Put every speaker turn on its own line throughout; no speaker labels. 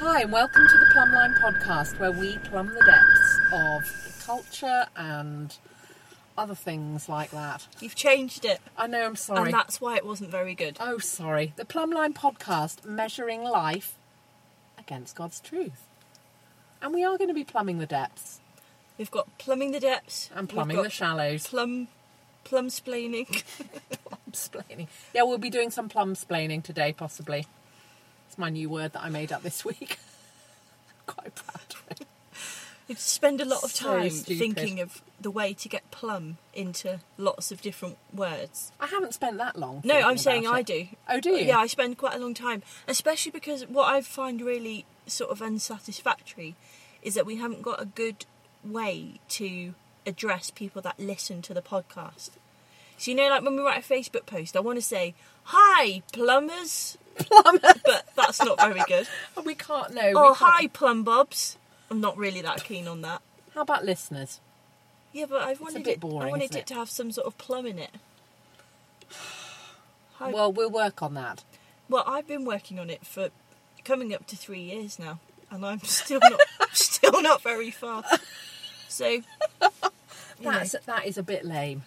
Hi, and welcome to the Plumline podcast, where we plumb the depths of culture and other things like that.
You've changed it,
I know, I'm sorry.
and that's why it wasn't very good.
oh, sorry. The Plumline podcast, measuring life against God's truth. And we are going to be plumbing the depths
We've got plumbing the depths
and plumbing
we've
the
got
shallows.
plum, plum splaining.
Splaining. Yeah, we'll be doing some plum splaining today, possibly. It's my new word that I made up this week. Quite proud of it.
You'd spend a lot of
So
time
stupid.
thinking of the way to get plum into lots of different words.
I haven't spent that long.
No,
thinking
I'm saying
about
I
it.
do.
Oh, do you?
Yeah, I spend quite a long time, especially because what I find really sort of unsatisfactory is that we haven't got a good way to address people that listen to the podcast. So you know, like when we write a Facebook post, I want to say "Hi plumbers," plumbers, but that's not very good.
Oh, we can't know.
or
we can't.
"Hi plumbobs." I'm not really that keen on that.
How about listeners?
Yeah, but I've wanted
bit
it. I
boring,
wanted
isn't
it?
it?
to have some sort of plum in it. Hi
Well, we'll work on that.
Well, I've been working on it for coming up to three years now, and I'm still not still not very far. So you know,
That's that is a bit lame.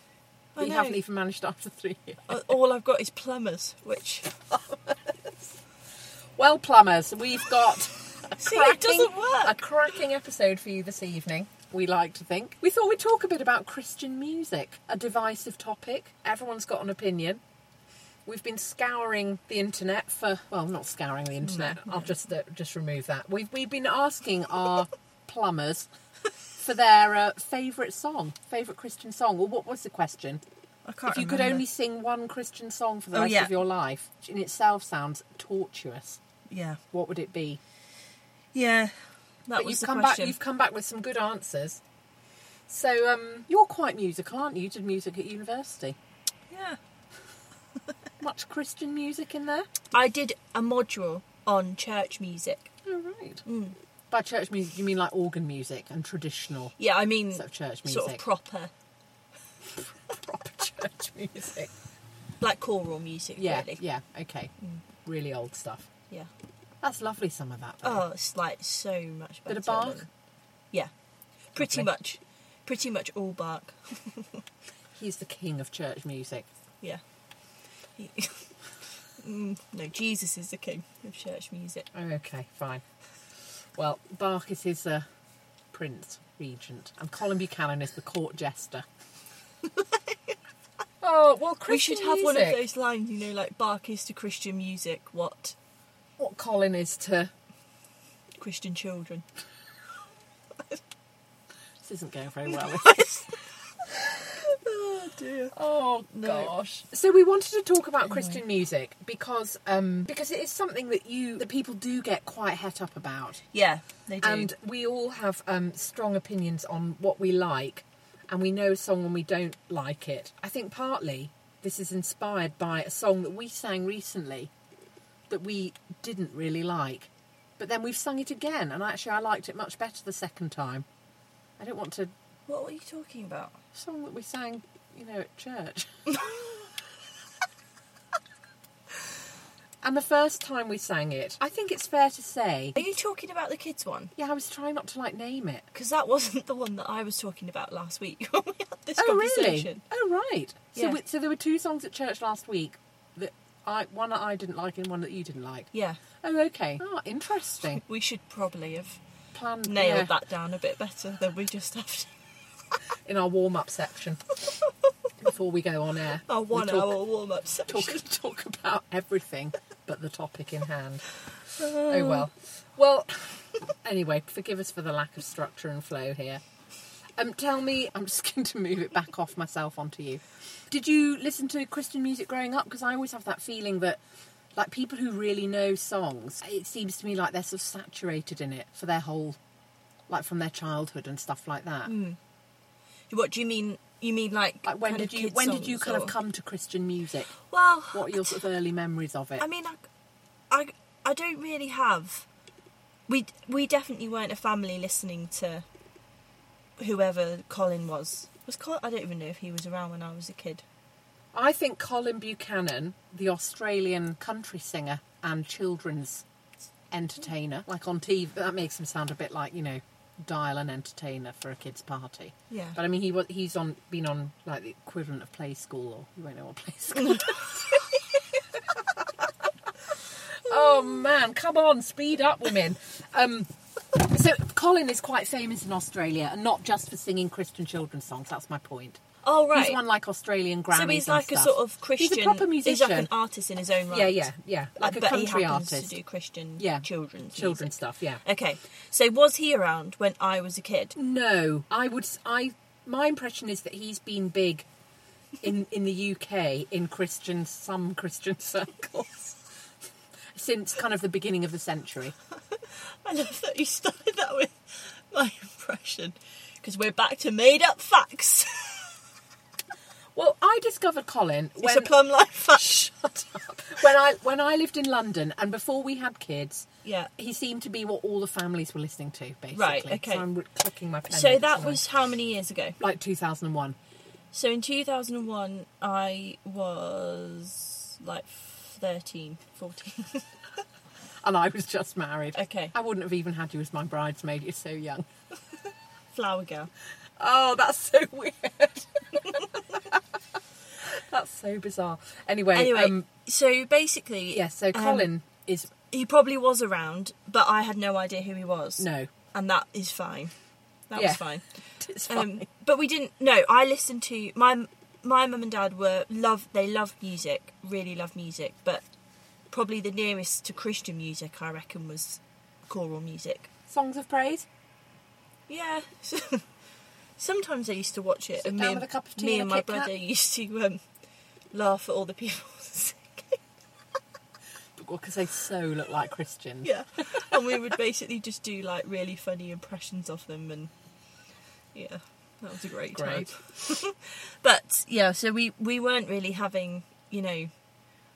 I
We
know.
haven't even managed after three years.
a- all I've got is plumbers, which
Well, plumbers, we've got a
See, it doesn't
a
work.
cracking episode for you this evening. We like to think. We thought we'd talk a bit about Christian music, a divisive topic. Everyone's got an opinion. We've been scouring the internet for well, not scouring the internet. I'll just uh, just remove that. We've we've been asking our plumbers for their uh, favourite song, favourite Christian song. Well, what was the question?
I can't.
if you could
remember.
only sing one Christian song for the
Oh,
rest
yeah.
of your life, which in itself sounds tortuous,
yeah,
what would it be?
yeah, that
but
was
you've
the
come
question.
back. You've come back with some good answers. So um, you're quite musical, aren't you? You Did music at university?
Yeah,
Much Christian music in there?
I did a module on church music.
Oh right. By church music, you mean like organ music and traditional
Yeah, I mean
sort of church music,
sort of proper,
proper church music.
like choral music.
Yeah,
really.
yeah, okay. Really old stuff.
yeah.
That's lovely. Some of that. Though.
Oh, it's like so much better.
Bit of bark?
than- Yeah, pretty
Lovely.
much, pretty much all bark.
He's the king of church music.
Yeah. He- Mm, no, Jesus is the king of church music.
Okay, fine. Well, Bach is his uh, prince regent, and Colin Buchanan is the court jester. oh well,
we
Christian
should have one of
music.
those lines, you know, like Bach is to Christian music what
What Colin is to
Christian children.
this isn't going very well. is it?
Oh dear.
oh
No.
gosh! So we wanted to talk about Christian music because um, because it is something that you that people do get quite het up about.
Yeah, they do.
And we all have um, strong opinions on what we like, and we know a song when we don't like it. I think partly this is inspired by a song that we sang recently that we didn't really like, but then we've sung it again, and actually I liked it much better the second time. I don't want to
what were you talking about?
song that we sang, you know, at church. and the first time we sang it, I think it's fair to say.
Are you talking about the kids one?
Yeah, I was trying not to like name it.
Because that wasn't the one that I was talking about last week when we had this
Oh really?
conversation.
Oh right. So,
Yeah.
we, so there were two songs at church last week that I one that I didn't like and one that you didn't like.
Yeah,
Oh okay. Oh interesting.
we should probably have
Planned
nailed
yeah,
that down a bit better than we just have to.
in our warm up section before we go on air.
Our
We
one
talk,
hour warm up section.
Talk, talk about everything but the topic in hand. Oh well. Well, anyway, forgive us for the lack of structure and flow here. Um, tell me, I'm just going to move it back off myself onto you. Did you listen to Christian music growing up? Because I always have that feeling that, like, people who really know songs, it seems to me like they're sort of saturated in it for their whole, like, from their childhood and stuff like that.
What do you mean? You mean like,
Like, when
Hmm. kind of
did you
kids
when did you
songs
kind
or-
of come to Christian music?
Well,
What are your sort of early memories of it?
I mean, I, I, I don't really have. We we definitely weren't a family listening to whoever Colin was. Was Colin? I don't even know if he was around when I was a kid.
I think Colin Buchanan, the Australian country singer and children's entertainer, like on TV. That makes him sound a bit like you know, dial an entertainer for a kids' party.
Yeah.
But I mean, he was he's on been on like the equivalent of play school, or you won't know what play school. is. oh man, come on, speed up, women. Um, so Colin is quite famous in Australia, and not just for singing Christian children's songs. That's my point.
Oh right.
He's won like Australian Grammys.
so he's
and
like a
stuff.
sort of Christian.
He's a proper
He's like
musician.
an artist in his own right.
yeah, yeah, yeah. Like
Uh,
a
but
country
he happens
artist.
to do Christian
Yeah.
children's
Children's stuff.
music.
Yeah.
Okay, so was he around when I was a kid?
No, I would. s- I my impression is that he's been big in in the UK in Christian some Christian circles since kind of the beginning of the century.
I love that you started that with my impression because we're back to made up facts.
Well, I discovered Colin
it's
when
a plum life fact.
when I when I lived in London and before we had kids.
Yeah.
He seemed to be what all the families were listening to, basically.
Right, okay.
So I'm re- clicking my pen.
So
over
that
tonight.
was how many years ago?
like 2001.
So in 2001, I was like 13, 14.
and I was just married.
Okay.
I wouldn't have even had you as my bridesmaid. You're so young.
Flower girl.
Oh, that's so weird. that's so bizarre. Anyway,
Anyway,
um,
so basically,
yeah, so
um,
Colin is
he probably was around, but I had no idea who he was.
no.
and that is fine. That
Yeah.
was fine.
It's
Um,
fine.
but we didn't. No, I listened to my my mum and dad were love. They love music, really love music. But probably the nearest to Christian music, I reckon, was choral music.
Songs of Praise.
Yeah. Sometimes I used to watch it,
Sit
and
down
me,
with a cup of tea and
me
a
and my
Kit Kat.
brother used to um, laugh at all the people singing.
Because they so look like Christians.
yeah, and we would basically just do like really funny impressions of them, and yeah, that was a great,
Great.
time. But yeah, so we we weren't really having, you know,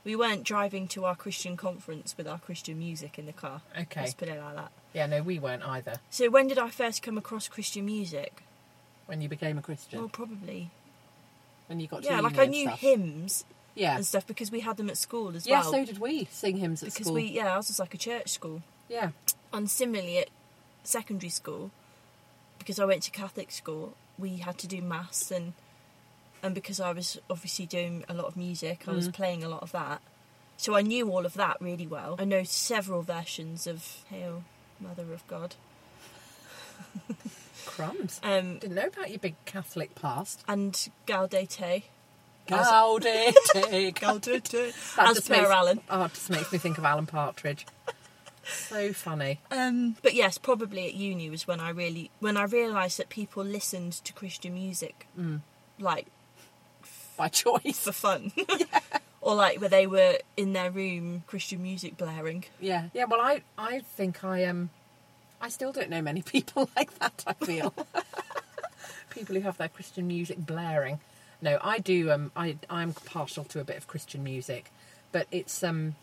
we weren't driving to our Christian conference with our Christian music in the car.
Okay.
let's put it like that.
Yeah, no, we weren't either
So when did I first come across Christian music?
when you became a Christian.
Well, probably
when you got to
yeah,
uni
like I
and
knew
stuff.
hymns
Yeah.
and stuff because we had them at school as
yeah,
well.
so did we sing hymns at
because
school.
we yeah, ours was like a church school.
Yeah.
And similarly at secondary school, because I went to Catholic school, we had to do mass and and because I was obviously doing a lot of music, I was playing a lot of that. So I knew all of that really well. I know several versions of Hail Mother of God.
Crumbs.
Um
Didn't know about your big Catholic past.
and Gaudete. As-
Gaudete.
Gaudete.
That
As
just
per
makes-
Alan.
Oh, it just makes me think of Alan Partridge. so funny.
Um, but yes, probably at uni was when I really when I realised that people listened to Christian music, like
By choice.
for fun, or like where they were in their room Christian music blaring.
Yeah. Yeah, well, I, I think I Um, I still don't know many people like that, I feel. people who have their Christian music blaring. No, I do. Um, I, I'm partial to a bit of Christian music, but it's. um,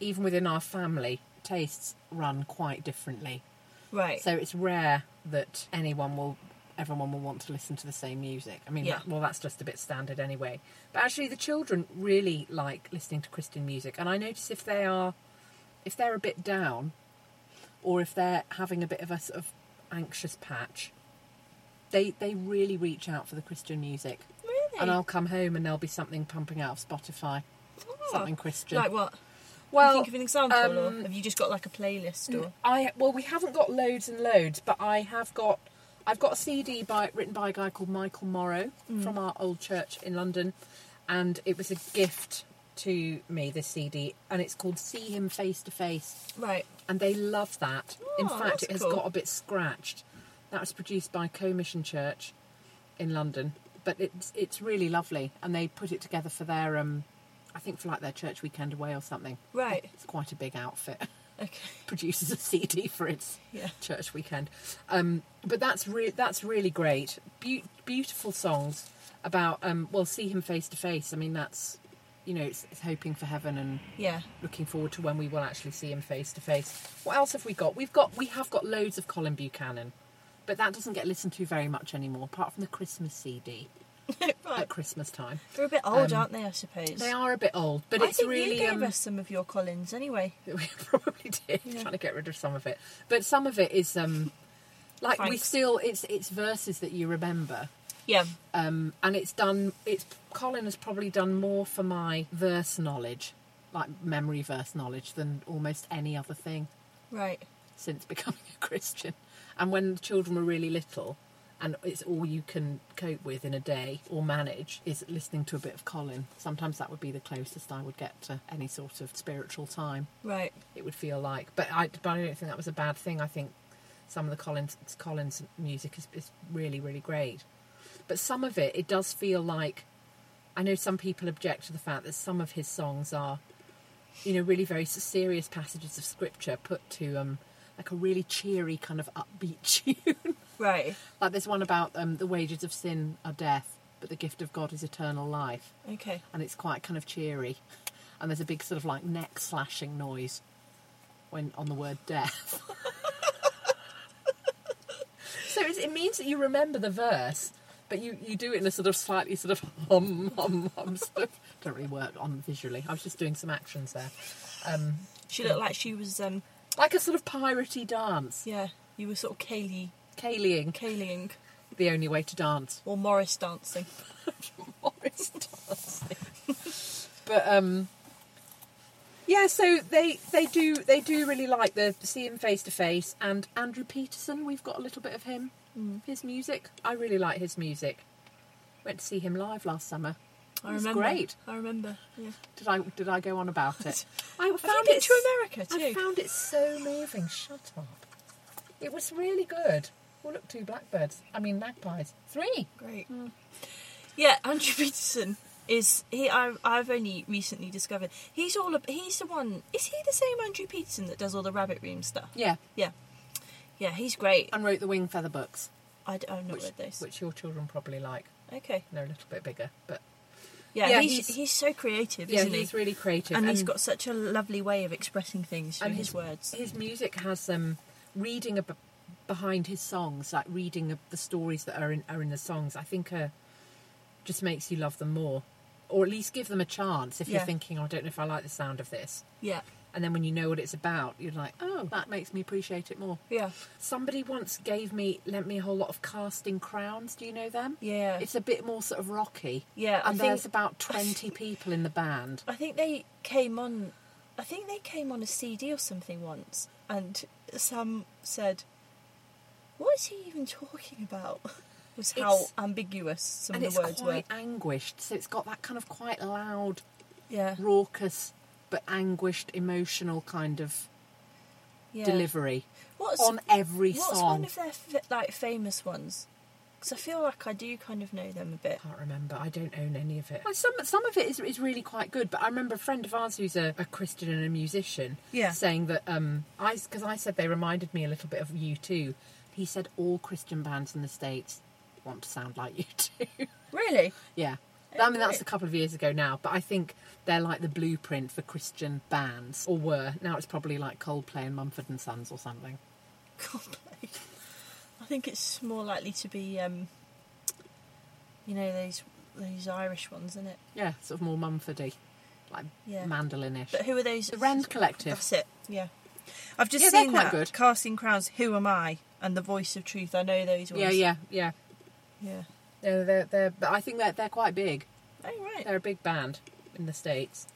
Even within our family, tastes run quite differently.
Right.
So it's rare that anyone will, everyone will want to listen to the same music. I mean,
Yeah.
that, well, that's just a bit standard anyway. But actually, the children really like listening to Christian music, and I notice if they are, if they're a bit down, or if they're having a bit of a sort of anxious patch, they they really reach out for the Christian music.
really?
And I'll come home and there'll be something pumping out of Spotify,
Oh.
something Christian.
like what?
well,
Think of an example, or
um, Mm.
have you just got like a playlist? Or
I well, we haven't got loads and loads, but I have got. I've got a CD by written by a guy called Michael Morrow
Mm.
from our old church in London, and it was a gift to me. This CD, and it's called "See Him Face to Face,"
right.
and they love that. in
Oh,
fact,
that's
it has
cool.
got a bit scratched. That was produced by Co-Mission Church in London, but it's it's really lovely, and they put it together for their um, I think for like their church weekend away or something.
Right.
it's quite a big outfit
Okay.
produces a CD for its
Yeah.
church weekend. Um, but that's re- that's really great. Beau beautiful songs about um, well, see him face to face. I mean, that's you know, it's, it's hoping for heaven and
Yeah.
looking forward to when we will actually see him face to face. What else have we got? We've got we have got loads of Colin Buchanan, but that doesn't get listened to very much anymore, apart from the Christmas CD.
right.
at Christmas time.
They're a bit old,
Um,
aren't they? I suppose.
They are a bit old, but
I
it's
think
really
you gave
um,
us some of your Collins anyway.
we probably did
Yeah.
trying to get rid of some of it, but some of it is um like we
Thanks.
still it's it's verses that you remember.
Yeah.
um, and it's done. It's Colin has probably done more for my verse knowledge, like memory verse knowledge, than almost any other thing
Right.
since becoming a Christian. And when the children were really little, and it's all you can cope with in a day or manage is listening to a bit of Colin. Sometimes that would be the closest I would get to any sort of spiritual time.
Right.
It would feel like, but I, but I don't think that was a bad thing. I think some of the Collins Collins music is, is really really great, but some of it it does feel like. I know some people object to the fact that some of his songs are, you know, really very s- serious passages of scripture put to um like a really cheery kind of upbeat tune.
Right.
like there's one about um the wages of sin are death, but the gift of God is eternal life,
Okay.
and it's quite kind of cheery, and there's a big sort of like neck slashing noise when on the word death. so it's, it means that you remember the verse, but you, you do it in a sort of slightly sort of hum hum hum stuff. Don't really work on visually. I was just doing some actions there, um,
She looked like she was. um
like a sort of piratey dance,
Yeah. You were sort of Kaylee,
Kayleeing,
Kayleeing
the only way to dance.
or Morris dancing.
Morris dancing. but um yeah, so they they do they do really like the see him face to face and Andrew Peterson. We've got a little bit of him,
Mm.
his music. I really like his music. Went to see him live last summer.
I
It was
remember.
great.
I remember. Yeah.
Did I did I go on about it? I
Have you
found
been
it
to America
I
too?
found it so moving. Shut up. It was really good. Oh look, two blackbirds. I mean magpies. Three.
Great. mm. Yeah, Andrew Peterson is he? I, I've only recently discovered he's all. ab- He's the one. Is he the same Andrew Peterson that does all the rabbit room stuff?
Yeah,
Yeah, yeah, he's great.
and wrote the wing feather books,
I, d- I've not
which,
read those.
which your children probably like.
okay.
they're a little bit bigger, but
Yeah,
Yeah,
he's, he's
he's-
so creative,
yeah,
isn't he?
he's really creative,
and, he's got such a lovely way of expressing things through
and
his, words.
His music has um, reading ab- behind his songs, like reading of the stories that are in are in the songs. I think uh, just makes you love them more, or at least give them a chance. If
Yeah.
you're thinking, "Oh, I don't know if I like the sound of this,
yeah,
and then when you know what it's about, you're like, oh, that makes me appreciate it more.
yeah,
Somebody once gave me lent me a whole lot of casting crowns. Do you know them?
yeah.
It's a bit more sort of rocky.
Yeah, I
and
think-
there's about twenty people in the band.
I think they came on. I think they came on a CD or something once, and Sam said, "What is he even talking about?" Was how
It's-
ambiguous some
and
of
it's
the words
quite anguished. So it's got that kind of quite loud,
were. Yeah,
raucous, but anguished, emotional kind of
yeah.
delivery
What's
on every
what's
song.
one of their f- like famous ones? Because I feel like I do kind of know them a bit.
I can't remember. I don't own any of it. Well, some some of it is, is really quite good, but I remember a friend of ours who's a, a Christian and a musician
Yeah.
saying that um I because I said they reminded me a little bit of you too. He said all Christian bands in the states want to sound like you too.
Really?
yeah. I mean, that's
Okay.
a couple of years ago now, but I think they're like the blueprint for Christian bands, or were. Now it's probably like Coldplay and Mumford and Sons or something.
Coldplay. I think it's more likely to be, um, you know, those those Irish ones, isn't it?
Yeah, sort of more Mumfordy, like
Yeah.
mandolinish.
But who are those?
The Rand Collective.
That's it. Yeah. I've just
Yeah, they're
seen
quite
that
good.
Casting Crowns. Who am I? And the Voice of Truth. I know those ones.
Yeah, yeah, yeah.
yeah.
Yeah, they're, they're, but I think that they're quite big.
Oh right.
They're a big band in the states.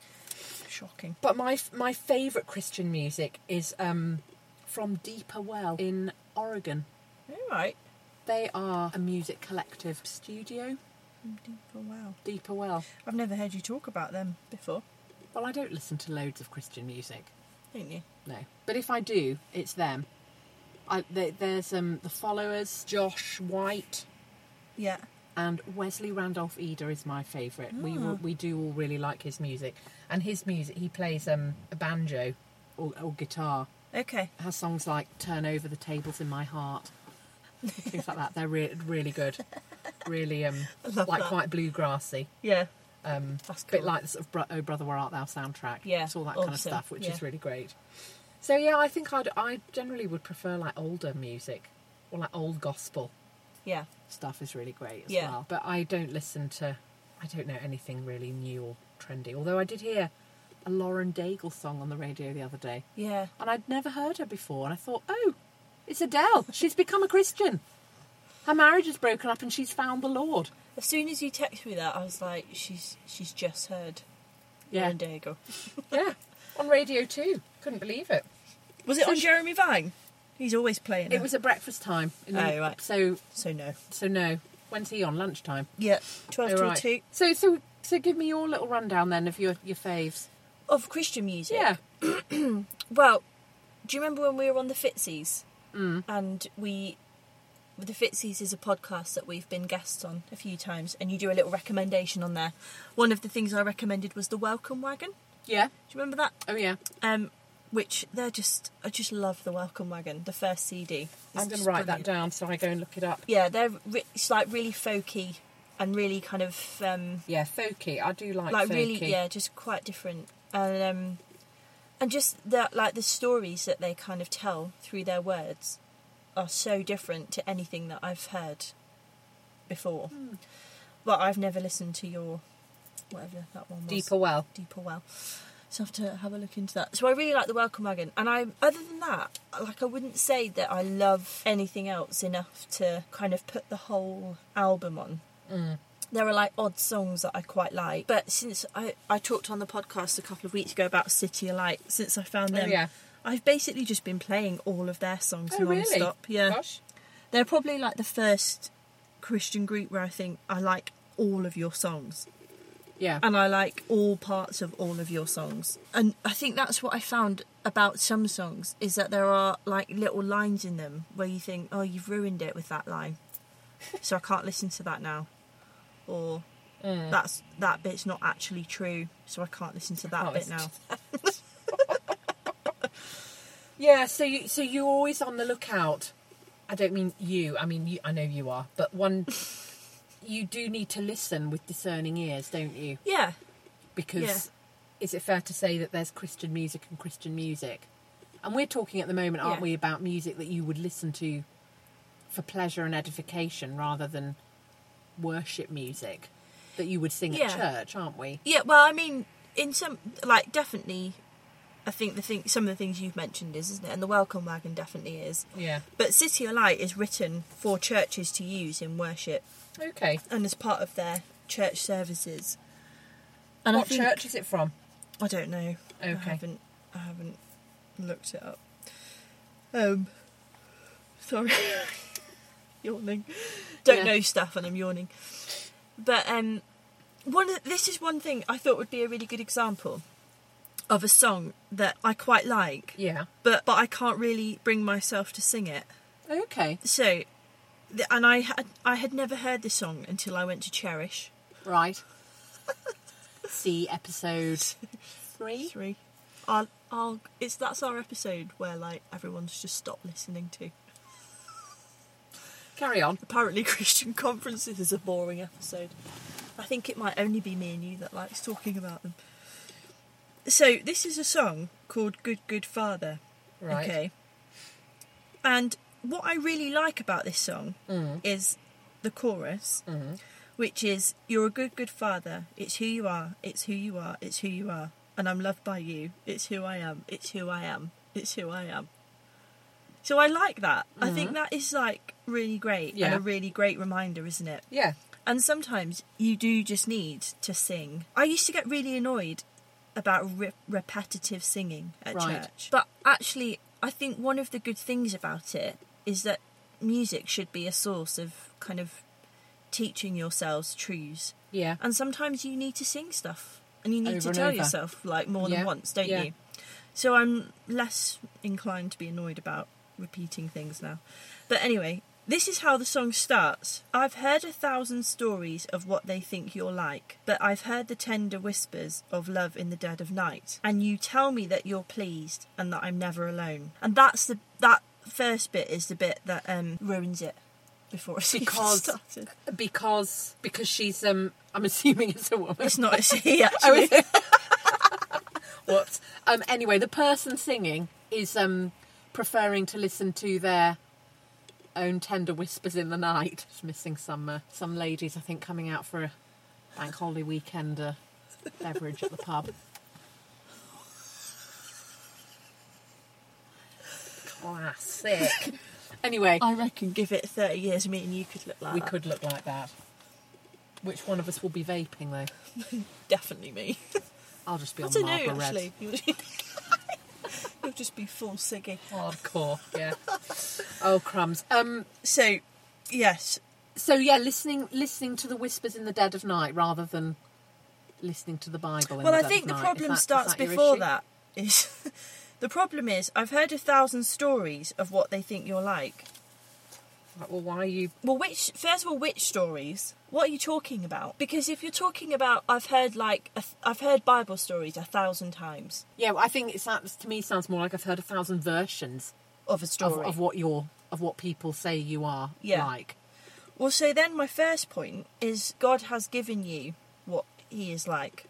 Shocking.
But my f- my favourite Christian music is um, from Deeper Well in Oregon.
All right.
They are a music collective studio.
Oh, wow.
Deeper Well.
I've never heard you talk about them before.
Well, I don't listen to loads of Christian music,
Don't you?
no. But if I do, it's them. I, they, there's um, the followers, Josh White,
Yeah.
and Wesley Randolph Eder is my favourite. We
Ah.
We we do all really like his music, and his music he plays um, a banjo or, or guitar.
Okay.
has songs like "Turn Over the Tables in My Heart," things like that. They're re- really good, really um,
love
like
that.
quite bluegrassy.
Yeah.
Um,
That's
bit
cool.
like the sort of Bro- "Oh Brother Where Art Thou" soundtrack.
Yeah,
it's all that kind of
awesome,
stuff, which
yeah.
is really great. So yeah, I think I'd I generally would prefer like older music or like old gospel.
Yeah.
stuff is really great as
Yeah.
well. But I don't listen to, I don't know anything really new or trendy. Although I did hear a Lauren Daigle song on the radio the other day,
Yeah.
and I'd never heard her before. And I thought, oh, it's Adele. She's become a Christian. Her marriage is broken up, and she's found the Lord.
As soon as you text me that, I was like, she's she's just heard.
Yeah,
Lauren Daigle.
yeah, on radio too. Couldn't believe it.
Was it
So
on
she-
Jeremy Vine? He's always playing.
It was at breakfast time. in the-
Oh, right.
So,
so no.
so no. When's he on lunchtime?
Yeah. Twelve
Oh,
till
right.
two
So, so, so, give me your little rundown then of your your faves.
of Christian music.
Yeah.
Well, do you remember when we were on the Fitzies? Mm. And we, the Fitzies is a podcast that we've been guests on a few times, and you do a little recommendation on there. One of the things I recommended was the Welcome Wagon.
Yeah.
Do you remember that?
Oh yeah.
Um, which they're just, I just love the Welcome Wagon, the first CD. It's
I'm going
just
to write that
brilliant.
down so I go and look it up.
Yeah, they're re- it's like really folky and really kind of um,
Yeah, folky. I do like,
like
folky.
really yeah, just quite different and um, and just the like the stories that they kind of tell through their words are so different to anything that I've heard before. But I've never listened to your whatever that one was
Deeper well.
deeper well. So I have to have a look into that. So I really like the Welcome Wagon, and I other than that, like I wouldn't say that I love anything else enough to kind of put the whole album on.
Mm.
There are like odd songs that I quite like, but since I I talked on the podcast a couple of weeks ago about City of Light, since I found them,
Oh, yeah.
I've basically just been playing all of their songs
Oh really?
non-stop. Yeah,
Gosh.
they're probably like the first Christian group where I think I like all of your songs
Yeah.
and I like all parts of all of your songs. And I think that's what I found about some songs is that there are like little lines in them where you think, "Oh, you've ruined it with that line," so I can't listen to that now, or
Mm.
that's that bit's not actually true, so I can't listen to that
Can't
bit
listen
now.
yeah. So you so you're always on the lookout. I don't mean you. I mean you. I know you are, but one. You do need to listen with discerning ears, don't you?
Yeah,
Because
Yeah.
is it fair to say that there's Christian music and Christian music? And we're talking at the moment, aren't
Yeah.
we, about music that you would listen to for pleasure and edification rather than worship music that you would sing
Yeah.
at church, aren't we?
Yeah, well, I mean, in some like definitely, I think the thing some of the things you've mentioned is, isn't it? And the welcome wagon definitely is.
Yeah.
But City of Light is written for churches to use in worship
Okay.
and as part of their church services. And
what
I think,
church is it from?
I don't know. I
Okay.
haven't. I haven't looked it up. Um. Sorry. yawning. Don't
Yeah.
know stuff, and I'm yawning. But um, one of the- this is one thing I thought would be a really good example of a song that I quite like,
Yeah.
but but I can't really bring myself to sing it.
Okay.
So, th- and I had I had never heard this song until I went to Cherish
Right. See episode three.
three. I'll, I'll, it's that's our episode where like everyone's just stopped listening to.
Carry on.
Apparently, Christian conferences is a boring episode. I think it might only be me and you that likes talking about them. So this is a song called "Good Good Father."
Right.
Okay. And what I really like about this song
Mm.
is the chorus,
Mm-hmm.
which is You're a good, good father. It's who you are. It's who you are. It's who you are. And I'm loved by you. It's who I am. It's who I am. It's who I am. So I like that. I think that is like really great and
Mm-hmm. Yeah.
a really great reminder, isn't it?
Yeah.
And sometimes you do just need to sing. I used to get really annoyed about re- repetitive singing at
Right.
church. But actually, I think one of the good things about it is that music should be a source of kind of teaching yourselves truths.
Yeah.
And sometimes you need to sing stuff and you need
Over
to
and
tell
over.
yourself like more
Yeah,
than once, don't
yeah.
you? So I'm less inclined to be annoyed about repeating things now. But anyway, this is how the song starts. I've heard a thousand stories of what they think you're like, but I've heard the tender whispers of love in the dead of night. And you tell me that you're pleased and that I'm never alone. And that's the that first bit is the bit that um ruins it before it's even
Because-
started.
Because because she's um I'm assuming it's a woman.
It's not it's he
Oh,
actually.
is it? Whoops. Um, anyway, the person singing is um, preferring to listen to their uh, own tender whispers in the night. Just missing some uh, some ladies, I think, coming out for a bank holiday weekend uh, beverage at the pub. Classic. Anyway,
I reckon give it 30 years, me and you could look like
we
that.
could look like that. Which one of us will be vaping though?
Definitely me.
I'll just be
I
on
don't
Marlboro
know,
Reds.
actually. You'll you'll just be full singing.
Hardcore, yeah. oh crumbs. Um.
So, yes.
So yeah, listening listening to the whispers in the dead of night rather than listening to the Bible. In
well,
the
I
dead
think
of
the
night. Is
problem
that- is
starts
your
before
issue?
that. Is the problem is I've heard a thousand stories of what they think you're like.
Like, well, why are you?
Well, which first of all, which stories? What are you talking about? Because if you're talking about, I've heard like a th- I've heard Bible stories a thousand times
Yeah, well, I think it sounds to me sounds more like I've heard a thousand versions
of a
of,
story.
of what you're of what people say you are
Yeah.
like.
Well, so then my first point is God has given you what He is like.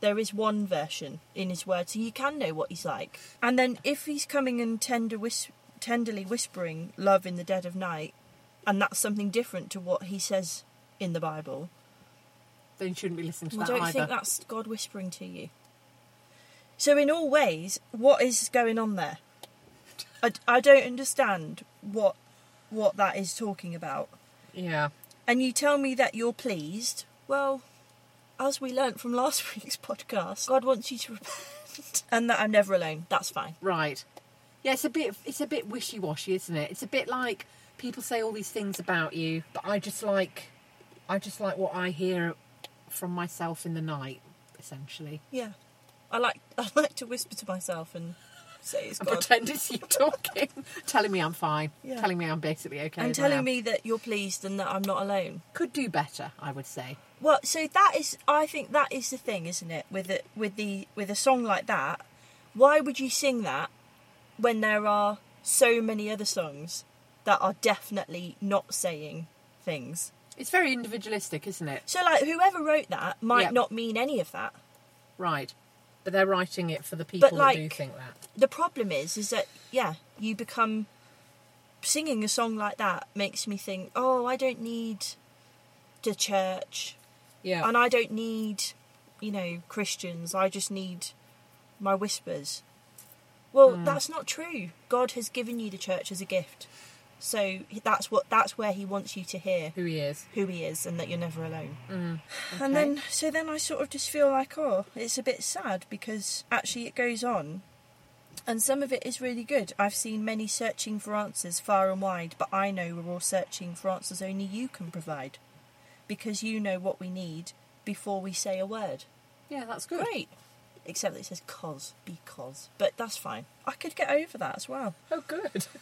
There is one version in His Word, so you can know what He's like. And then if He's coming and tender whis- tenderly whispering love in the dead of night, and that's something different to what He says in the Bible,
Then you shouldn't be listening to
I
that
don't
either.
think that's God whispering to you. So, in all ways, what is going on there? I, d- I don't understand what what that is talking about
Yeah.
and you tell me that you're pleased, well, as we learnt from last week's podcast, God wants you to repent and that I'm never alone. That's fine.
Right. Yeah, it's a bit it's a bit wishy washy, isn't it? It's a bit like people say all these things about you, but I just like I just like what I hear from myself in the night, essentially.
Yeah. I like I like to whisper to myself and say it's
And
God.
pretend it's you talking. telling me I'm fine.
Yeah.
Telling me I'm basically okay.
and
as I
telling
am.
me that you're pleased and that I'm not alone.
could do better, I would say.
Well, so that is I think that is the thing, isn't it? With the with the with a song like that, why would you sing that when there are so many other songs that are definitely not saying things?
It's very individualistic, isn't it?
So, like, whoever wrote that might
Yeah.
not mean any of that.
Right. But they're writing it for the people that do
like-
think that.
The problem is, is that, yeah, you become. Singing a song like that makes me think, oh, I don't need the church.
Yeah.
And I don't need, you know, Christians. I just need my whispers. Well, that's not true. God has given you the church as a gift. So that's what that's where he wants you to hear
Who he is.
who he is and that you're never alone.
okay.
And then, so then I sort of just feel like, oh, it's a bit sad because actually it goes on. And some of it is really good. I've seen many searching for answers far and wide, but I know we're all searching for answers only you can provide because you know what we need before we say a word.
Yeah, that's good.
Great. Except that it says cause, because. But that's fine. I could get over that as well.
Oh good.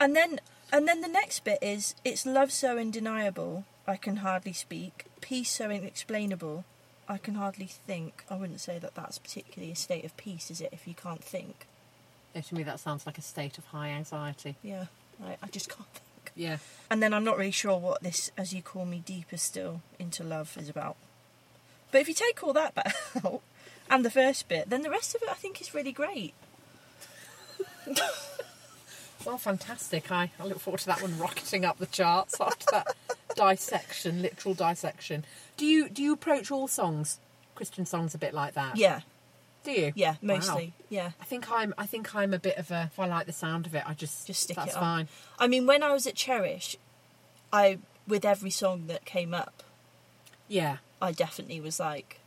And then and then the next bit is it's love so undeniable I can hardly speak, peace so inexplainable I can hardly think. I wouldn't say that that's particularly a state of peace, is it? If you can't think,
Yeah, to me that sounds like a state of high anxiety.
yeah, I, I just can't think.
Yeah.
And then I'm not really sure what this, as you call me, deeper still into love is about. But if you take all that bit out and the first bit, then the rest of it I think is really great.
Well, fantastic. I, I look forward to that one rocketing up the charts after that dissection, literal dissection. Do you do you approach all songs, Christian songs, a bit like that?
Yeah,
Do you?
yeah,
Wow.
mostly, yeah.
I think I'm. I think I'm a bit of a. If I like the sound of it, I just
Just stick
that's
it on.
fine.
I mean, when I was at Cherish, I with every song that came up,
Yeah,
I definitely was like,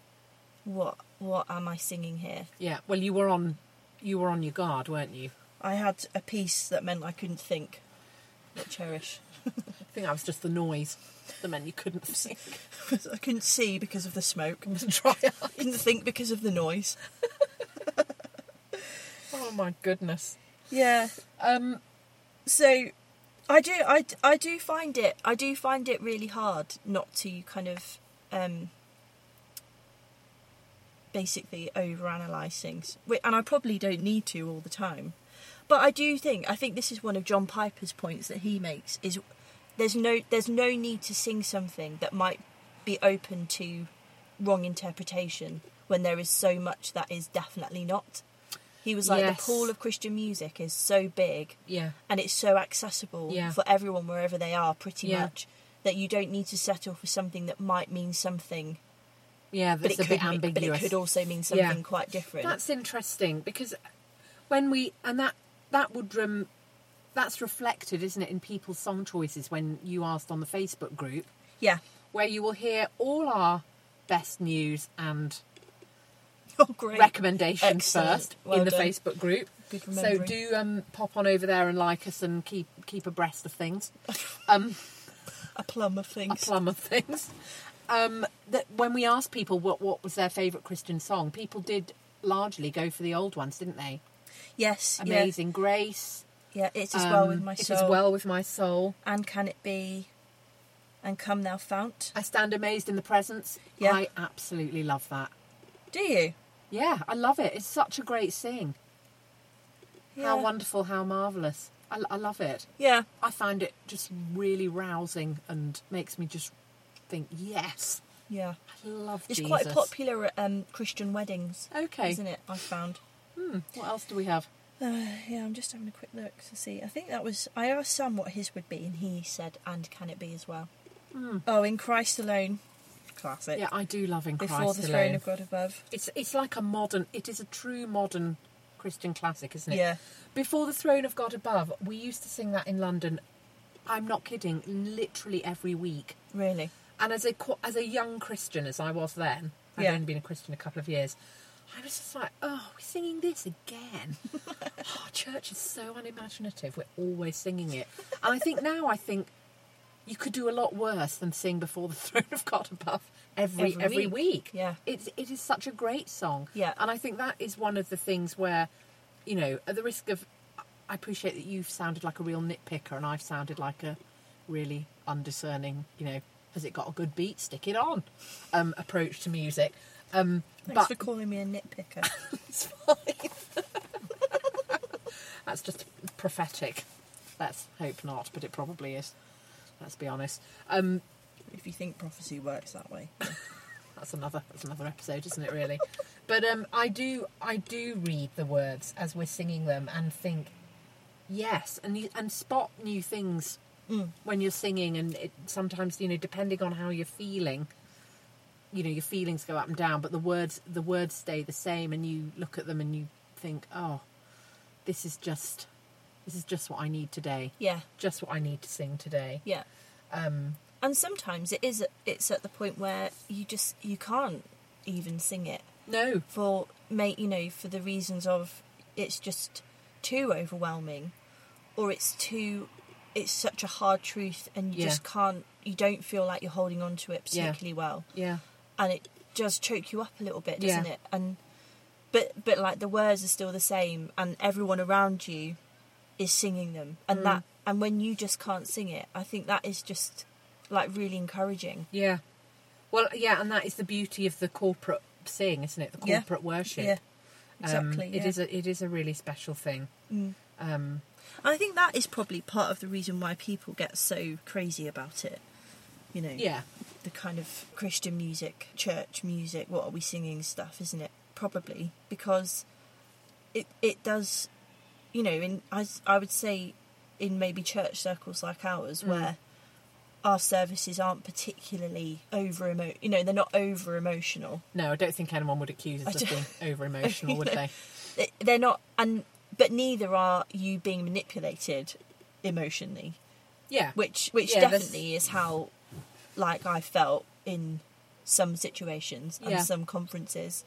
"What? What am I singing here?"
yeah. Well, you were on. You were on your guard, weren't you?
I had a piece that meant I couldn't think. At Cherish,
I think that was just the noise. The men you couldn't see.
I couldn't see because of the smoke.
It was a dry eye.
I couldn't think because of the noise.
Oh my goodness.
Yeah.
Um.
So, I do. I, I do find it. I do find it really hard not to kind of. Um, basically overanalyze things, Wh- and I probably don't need to all the time. But I do think I think this is one of John Piper's points that he makes is there's no there's no need to sing something that might be open to wrong interpretation when there is so much that is definitely not. He was like,
Yes.
the pool of Christian music is so big
Yeah.
and it's so accessible
Yeah.
for everyone wherever they are, pretty
Yeah.
much, that you don't need to settle for something that might mean something,
Yeah,
but
that's
it,
a
could,
bit
mean- but it
ambiguous.
could also mean something
Yeah.
quite different.
That's interesting because when we and that that would um, that's reflected, isn't it, in people's song choices when you asked on the Facebook group
yeah.
where you will hear all our best news and
Oh, great.
recommendations
Excellent.
first
Well
in the
done.
Facebook group.
Good
so
remembering.
do um, pop on over there and like us and keep keep abreast of things. Um,
a plum of
a
things.
plum of things. Um, that when we asked people what what was their favourite Christian song, people did largely go for the old ones, didn't they?
Yes. yeah.
Amazing Grace.
Yeah, it is well with
um,
my
It
soul.
is well with my soul.
And can it be? And come thou fount.
I stand amazed in the presence.
Yeah.
I absolutely love that.
Do you?
Yeah, I love it. It's such a great sing. How
Yeah.
wonderful, how marvellous. I, I love it.
Yeah.
I find it just really rousing and makes me just think, yes,
Yeah.
I love
It's
Jesus.
quite popular at um, Christian weddings,
Okay.
isn't it? I found.
Hmm, what else do we have?
Uh, yeah, I'm just having a quick look to see. I think that was. I asked Sam what his would be, and he said, "And can it be as well?" Oh, in Christ alone, classic.
Yeah, I do love in
Before
Christ
the
alone.
throne of God above.
It's it's like a modern. It is a true modern Christian classic, isn't it?
Yeah.
Before the throne of God above, we used to sing that in London. I'm not kidding. Literally every week.
Really.
And as a qu- as a young Christian as I was then, I've
Yeah.
only been a Christian a couple of years. I was just like, oh, we're singing this again. oh, church is so unimaginative. We're always singing it. And I think now I think you could do a lot worse than sing before the throne of God above every
Every
every,
week.
week.
Yeah.
It's it is such a great song.
Yeah.
And I think that is one of the things where, you know, at the risk of I appreciate that you've sounded like a real nitpicker and I've sounded like a really undiscerning, you know, has it got a good beat? Stick it on. Um, approach to music. Um,
Thanks
but
for calling me a nitpicker.
that's just prophetic. Let's hope not, but it probably is. Let's be honest. Um,
if you think prophecy works that way.
that's another that's another episode, isn't it? Really, but um, I do I do read the words as we're singing them and think, yes, and you, and spot new things when you're singing, and it, sometimes you know depending on how you're feeling, you know your feelings go up and down, but the words the words stay the same, and you look at them and you think, oh, this is just this is just what I need today,
Yeah.
just what I need to sing today.
Yeah.
Um,
and sometimes it is it's at the point where you just you can't even sing it
no,
for mate you know for the reasons of it's just too overwhelming or it's too it's such a hard truth and you
Yeah.
just can't you don't feel like you're holding on to it
Yeah.
particularly well
yeah,
and it does choke you up a little bit doesn't
Yeah.
it and but but like the words are still the same and everyone around you is singing them and
Mm.
that and when you just can't sing it i think that is just like really encouraging
Yeah. Well, yeah, and that is the beauty of the corporate sing, isn't it? The
Yeah.
corporate worship.
yeah
Um,
exactly
It
yeah. Mm.
is a it is a really special thing. Um,
i think that is probably part of the reason why people get so crazy about it you know
yeah.
the kind of christian music church music what are we singing stuff isn't it probably because it it does you know in i s- I would say in maybe church circles like ours where our services aren't particularly over emo you know they're not over emotional
No, I don't think anyone would accuse
I
us of
don't-
being over emotional, would they?
They- they're not and but neither are you being manipulated emotionally
Yeah.
which which
Yeah, that's-
definitely is how like I felt in some situations and
Yeah.
some conferences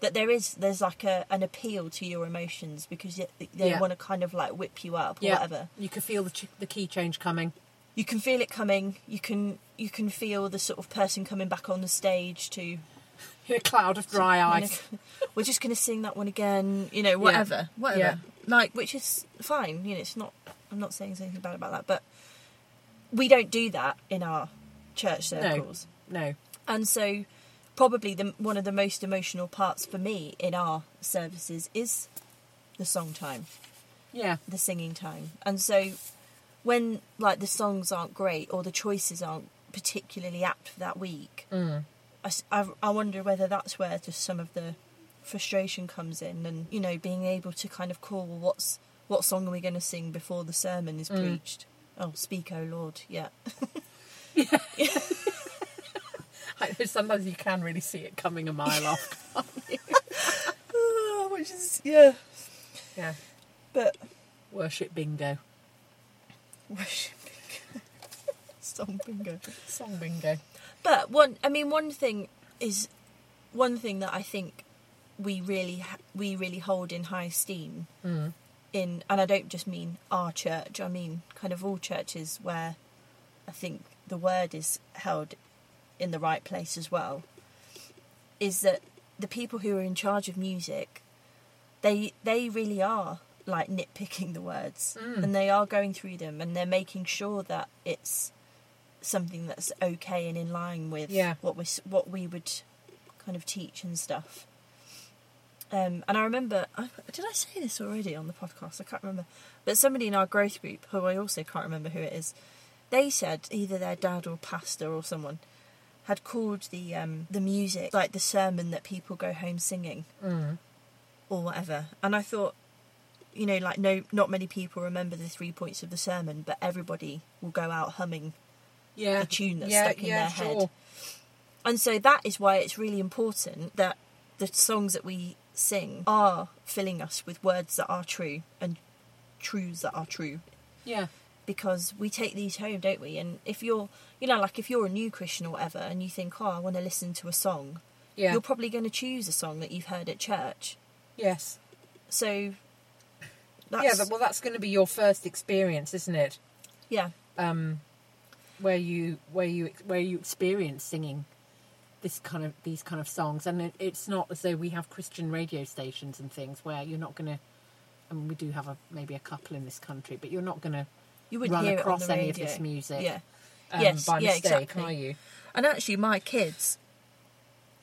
that there is there's like a an appeal to your emotions because y- they
Yeah.
want to kind of like whip you up or
yeah.
whatever.
You could feel the ch- the key change coming.
You can feel it coming. You can you can feel the sort of person coming back on the stage to
In a cloud of dry ice.
we're just going to sing that one again, you know, whatever, whatever.
Yeah.
Like, which is fine. You know, it's not. I'm not saying anything bad about that, but we don't do that in our church circles,
No.
and so probably the one of the most emotional parts for me in our services is the song time
Yeah.
the singing time. And so when like the songs aren't great or the choices aren't Mm. particularly apt for that week, I s- I, I wonder whether that's where just some of the frustration comes in, and you know, being able to kind of call well, what's what song are we going to sing before the sermon is preached? Oh, speak, O Lord, yeah.
Like, sometimes you can really see it coming a mile off.
Ah, Which is yeah,
Yeah.
but
Worship bingo.
worship song bingo.
Song bingo.
But one, I mean, one thing is one thing that I think we really ha- we really hold in high esteem in, and I don't just mean our church. I mean kind of all churches where I think the word is held in the right place as well. Is that the people who are in charge of music? They they really are like nitpicking the words,
Mm.
and they are going through them, and they're making sure that it's something that's okay and in line with
Yeah.
what we s- what we would kind of teach and stuff. Um, and I remember, I, did I say this already on the podcast? I can't remember. But somebody in our growth group, who I also can't remember who it is, they said either their dad or pastor or someone had called the um, the music like the sermon that people go home singing or whatever. And I thought, you know, like no, not many people remember the three points of the sermon, but everybody will go out humming
Yeah.
The tune that's
yeah,
stuck in
yeah,
their
sure.
head. and so that is why it's really important that the songs that we sing are filling us with words that are true and truths that are true
Yeah.
because we take these home don't we and if you're you know like if you're a new christian or whatever and you think oh i want to listen to a song
Yeah.
you're probably going to choose a song that you've heard at church
yes.
so that's yeah,
Yeah, but, well, that's going to be your first experience, isn't it? Um, where you where you where you experience singing this kind of these kind of songs, and it, it's not as though we have Christian radio stations and things where you're not going to. I mean, we do have a, maybe a couple in this country, but you're not going to
you would
run
hear
across
it on the
any
radio.
of this music
yeah
um,
Yes,
by
yeah,
mistake,
exactly.
are you?
And actually, my kids,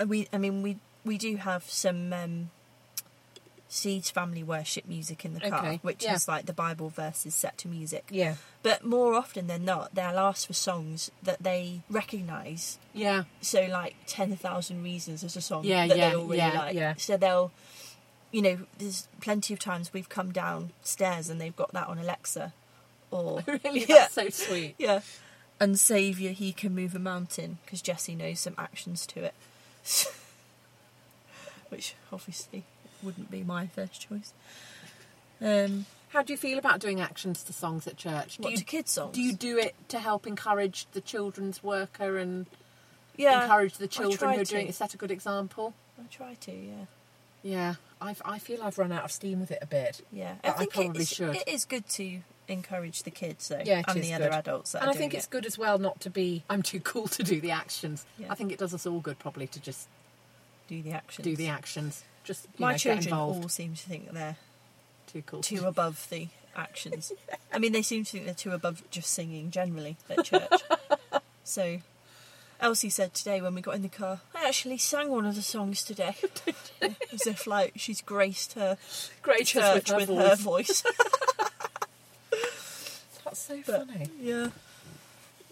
uh, we I mean we we do have some um, Seeds family worship music in the car,
Okay,
which
yeah.
is like the Bible verses set to music.
Yeah,
But more often than not, they'll ask for songs that they recognise.
yeah,
So like Ten Thousand Reasons is a song
Yeah,
that
yeah,
they already
yeah,
like.
yeah.
So they'll. You know, there's plenty of times we've come downstairs and they've got that on Alexa, or
really.
Yeah.
That's so sweet.
yeah. And Saviour, he can move a mountain, because Jesse knows some actions to it. Which obviously wouldn't be my first choice. Um,
How do you feel about doing actions to songs at church? Do
what,
you
to kids' songs?
do you do it to help encourage the children's worker and
yeah,
encourage the
try
children who are
to.
doing it? Set a good example.
I try to, yeah.
Yeah, I've, I feel I've run out of steam with it a bit.
Yeah,
But I
think
probably
it, is,
should.
it is good to encourage the kids, though,
Yeah, it
and
is
the other
good.
adults that
and
are
I think
doing
it's
it.
good as well not to be, I'm too cool to do the actions.
Yeah.
I think it does us all good probably to just
do the actions.
do the actions. Just you know,
My
get
children
involved.
all seem to think they're
too cool.
too above the actions. I mean, they seem to think they're too above just singing generally at church. so, Elsie said today when we got in the car, I actually sang one of the songs today. As if, like, she's graced her
Great
church with her voice.
That's so
But-
funny.
yeah.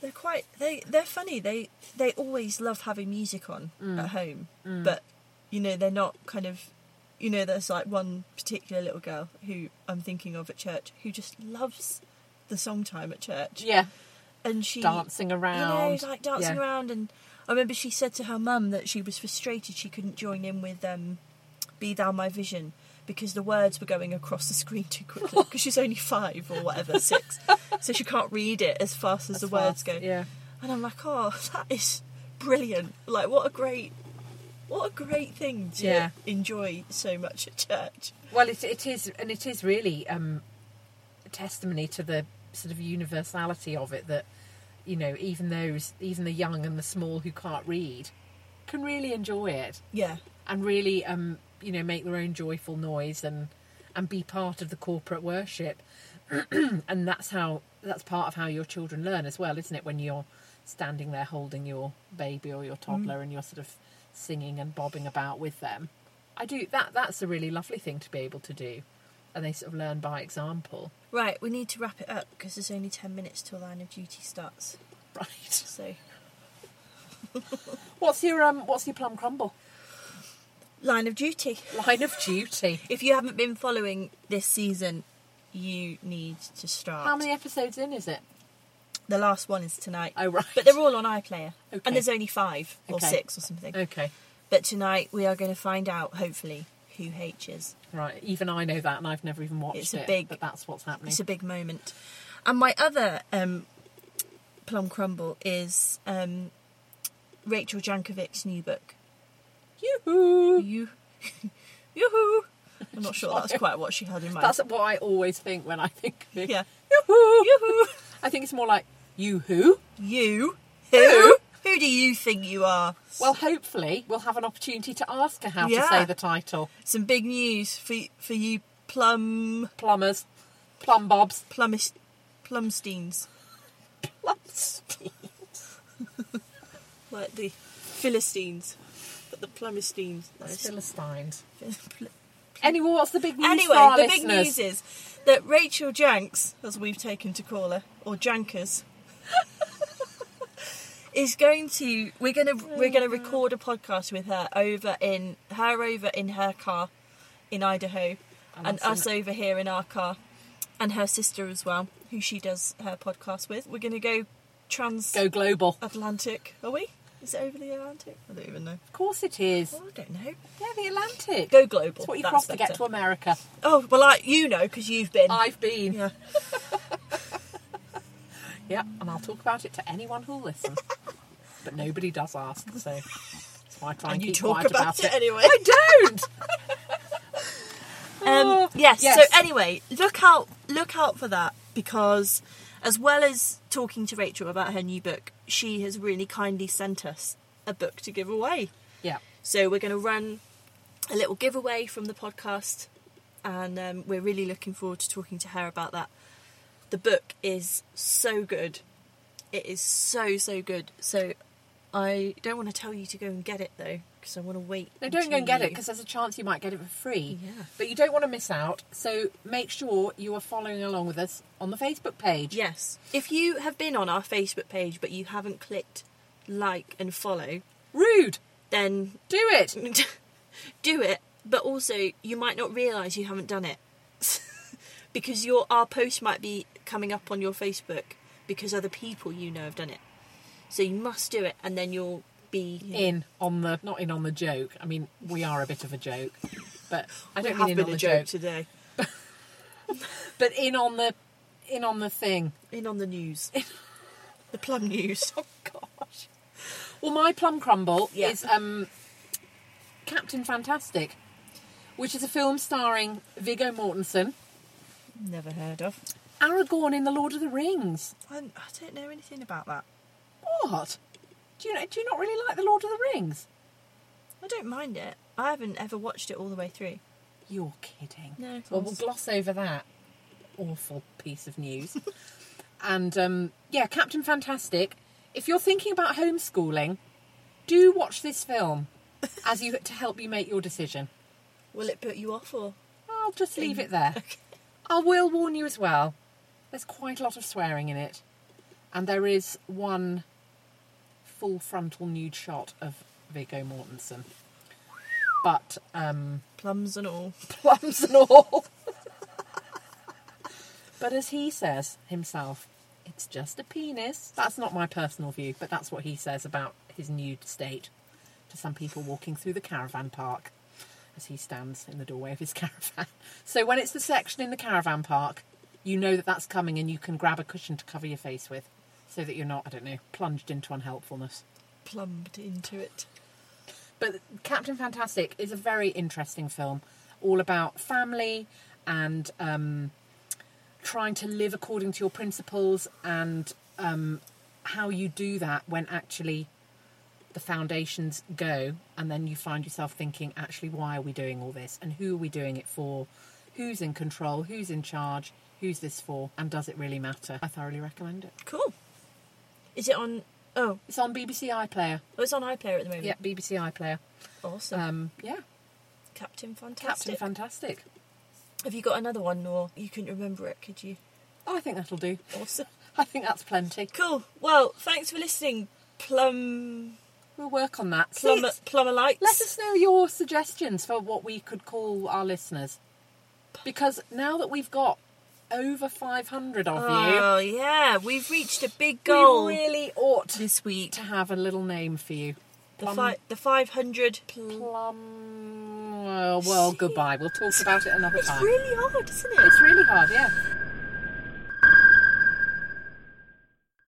They're quite they they're funny. They they always love having music on
Mm.
at home. But you know, they're not kind of you know, there's like one particular little girl who I'm thinking of at church who just loves the song time at church.
Yeah,
And she
dancing around.
you know, like dancing
Yeah.
around and I remember she said to her mum that she was frustrated she couldn't join in with um, Be Thou My Vision because the words were going across the screen too quickly because she's only five or whatever, six. so she can't read it as fast as the words
Fast,
go.
Yeah,
And I'm like, oh, that is brilliant. Like, what a great, what a great thing to
Yeah.
enjoy so much at church.
Well, it, it is, and it is really um, a testimony to the sort of universality of it that you know, even those, even the young and the small who can't read, can really enjoy it
Yeah,
and really, um, you know, make their own joyful noise and and be part of the corporate worship. and that's how that's part of how your children learn as well, isn't it? When you're standing there holding your baby or your toddler and you're sort of singing and bobbing about with them. I do that. That's a really lovely thing to be able to do, and they sort of learn by example,
right. We need to wrap it up because there's only ten minutes till line of duty starts.
right?
So.
What's your um? What's your plum crumble?
Line of duty.
Line of duty.
If you haven't been following this season, you need to start.
How many episodes in is it?
The last one is tonight.
Oh, right.
But they're all on iPlayer.
Okay.
And there's only five or
Okay. Oh.
six or something.
Okay.
But tonight we are going to find out, hopefully, who H is.
Right. Even I know that, and I've never even watched
It's a
it.
big-
But that's what's happening.
It's a big moment. And my other um, plum crumble is um, Rachel Jankovic's new book.
Yoo-hoo!
You, yoo-hoo! I'm not sure that's quite what she had in mind.
That's what I always think when I think of it.
yeah.
Yoo-hoo!
Yoo-hoo!
I think it's more like you who.
You, who, who do you think you are?
Well, hopefully we'll have an opportunity to ask her how to
Yeah.
say the title.
Some big news for for you, plum
Plumbers, plum bobs,
plumist, plumsteens,
plumsteens.
like the Philistines, but the plumsteens.
Philistines. Anyway, what's the big news
Anyway,
for our
the
listeners?
big news is that Rachel Janks, as we've taken to call her, or Jankers, is going to we're gonna we're gonna record a podcast with her over in her over in her car in Idaho, and,
that's in-
us over here in our car, and her sister as well, who she does her podcast with. We're gonna go trans
Go global.
Atlantic, are we? Is it over the Atlantic? I don't even know.
Of course it is.
I don't know.
Yeah, the Atlantic.
Go global.
It's what you
that's
cross to get
better.
to America.
Oh well, I, you know because you've been.
I've been.
yeah.
Yeah, and I'll talk about it to anyone who'll listen. but nobody does ask, so that's why I try and,
and you
keep
talk
quiet
about,
about
it, anyway.
I don't.
Um, yes,
Yes.
So anyway, look out, look out for that because, as well as talking to Rachel about her new book, she has really kindly sent us a book to give away.
yeah,
So we're going to run a little giveaway from the podcast, and um, we're really looking forward to talking to her about that. The book is so good. It is so so good. So I don't want to tell you to go and get it though, because I want to wait.
no, don't go and
until
get it
you-
because there's a chance you might get it for free.
Yeah.
But you don't want to miss out, so make sure you are following along with us on the Facebook page.
Yes. If you have been on our Facebook page but you haven't clicked like and follow,
Rude.
then
Do it.
do it. But also, you might not realise you haven't done it because your our post might be coming up on your Facebook because other people you know have done it. So you must do it, and then you'll be
In on the not in on the joke. I mean, we are a bit of a joke, but I
We
don't
have
mean in
been
on
a
the
joke
joke.
today.
But in on the in on the thing.
In on the news, the plum news.
Oh gosh. Well, my plum crumble
Yeah.
is um, Captain Fantastic, which is a film starring Viggo Mortensen,
Never heard of.
Aragorn in the Lord of the Rings.
I, I don't know anything about that.
What? Do you know, do you not really like the Lord of the Rings?
I don't mind it. I haven't ever watched it all the way through.
You're kidding.
No, of
Well, we'll
course.
gloss over that awful piece of news. and um, yeah, Captain Fantastic. If you're thinking about homeschooling, do watch this film as you to help you make your decision.
Will it put you off or?
I'll just leave it there. I will warn you as well. There's quite a lot of swearing in it, and there is one full frontal nude shot of Viggo Mortensen, but um,
Plums and all.
plums and all. but as he says himself, it's just a penis. That's not my personal view, but that's what he says about his nude state to some people walking through the caravan park as he stands in the doorway of his caravan. So when it's the section in the caravan park, you know that that's coming and you can grab a cushion to cover your face with so that you're not, I don't know, plunged into unhelpfulness.
Plumbed into it.
But Captain Fantastic is a very interesting film, all about family and um, trying to live according to your principles and um, how you do that when actually the foundations go, and then you find yourself thinking, actually, why are we doing all this, and who are we doing it for? Who's in control? Who's in charge? Who's this for? And does it really matter? I thoroughly recommend it.
Cool. Is it on? Oh,
It's on BBC iPlayer.
oh it's on iPlayer at the moment.
Yeah, BBC iPlayer.
Awesome.
Um, yeah, Captain
Captain Fantastic.
Fantastic.
Have you got another one, or you couldn't remember it? Could you?
Oh, I think that'll do.
Awesome.
I think that's plenty.
Cool. Well, thanks for listening, plum
We'll work on that. See,
Plumber, plumber lights.
Let us know your suggestions for what we could call our listeners. Because now that we've got over 500 of
Oh yeah, we've reached a big
you,
goal
we really ought
this week.
to have a little name for you.
The, fi- the 500. Pl-
Plum. uh, well,
See?
goodbye. We'll talk about it another
it's
time.
really hard, isn't it?
it's really hard, yeah.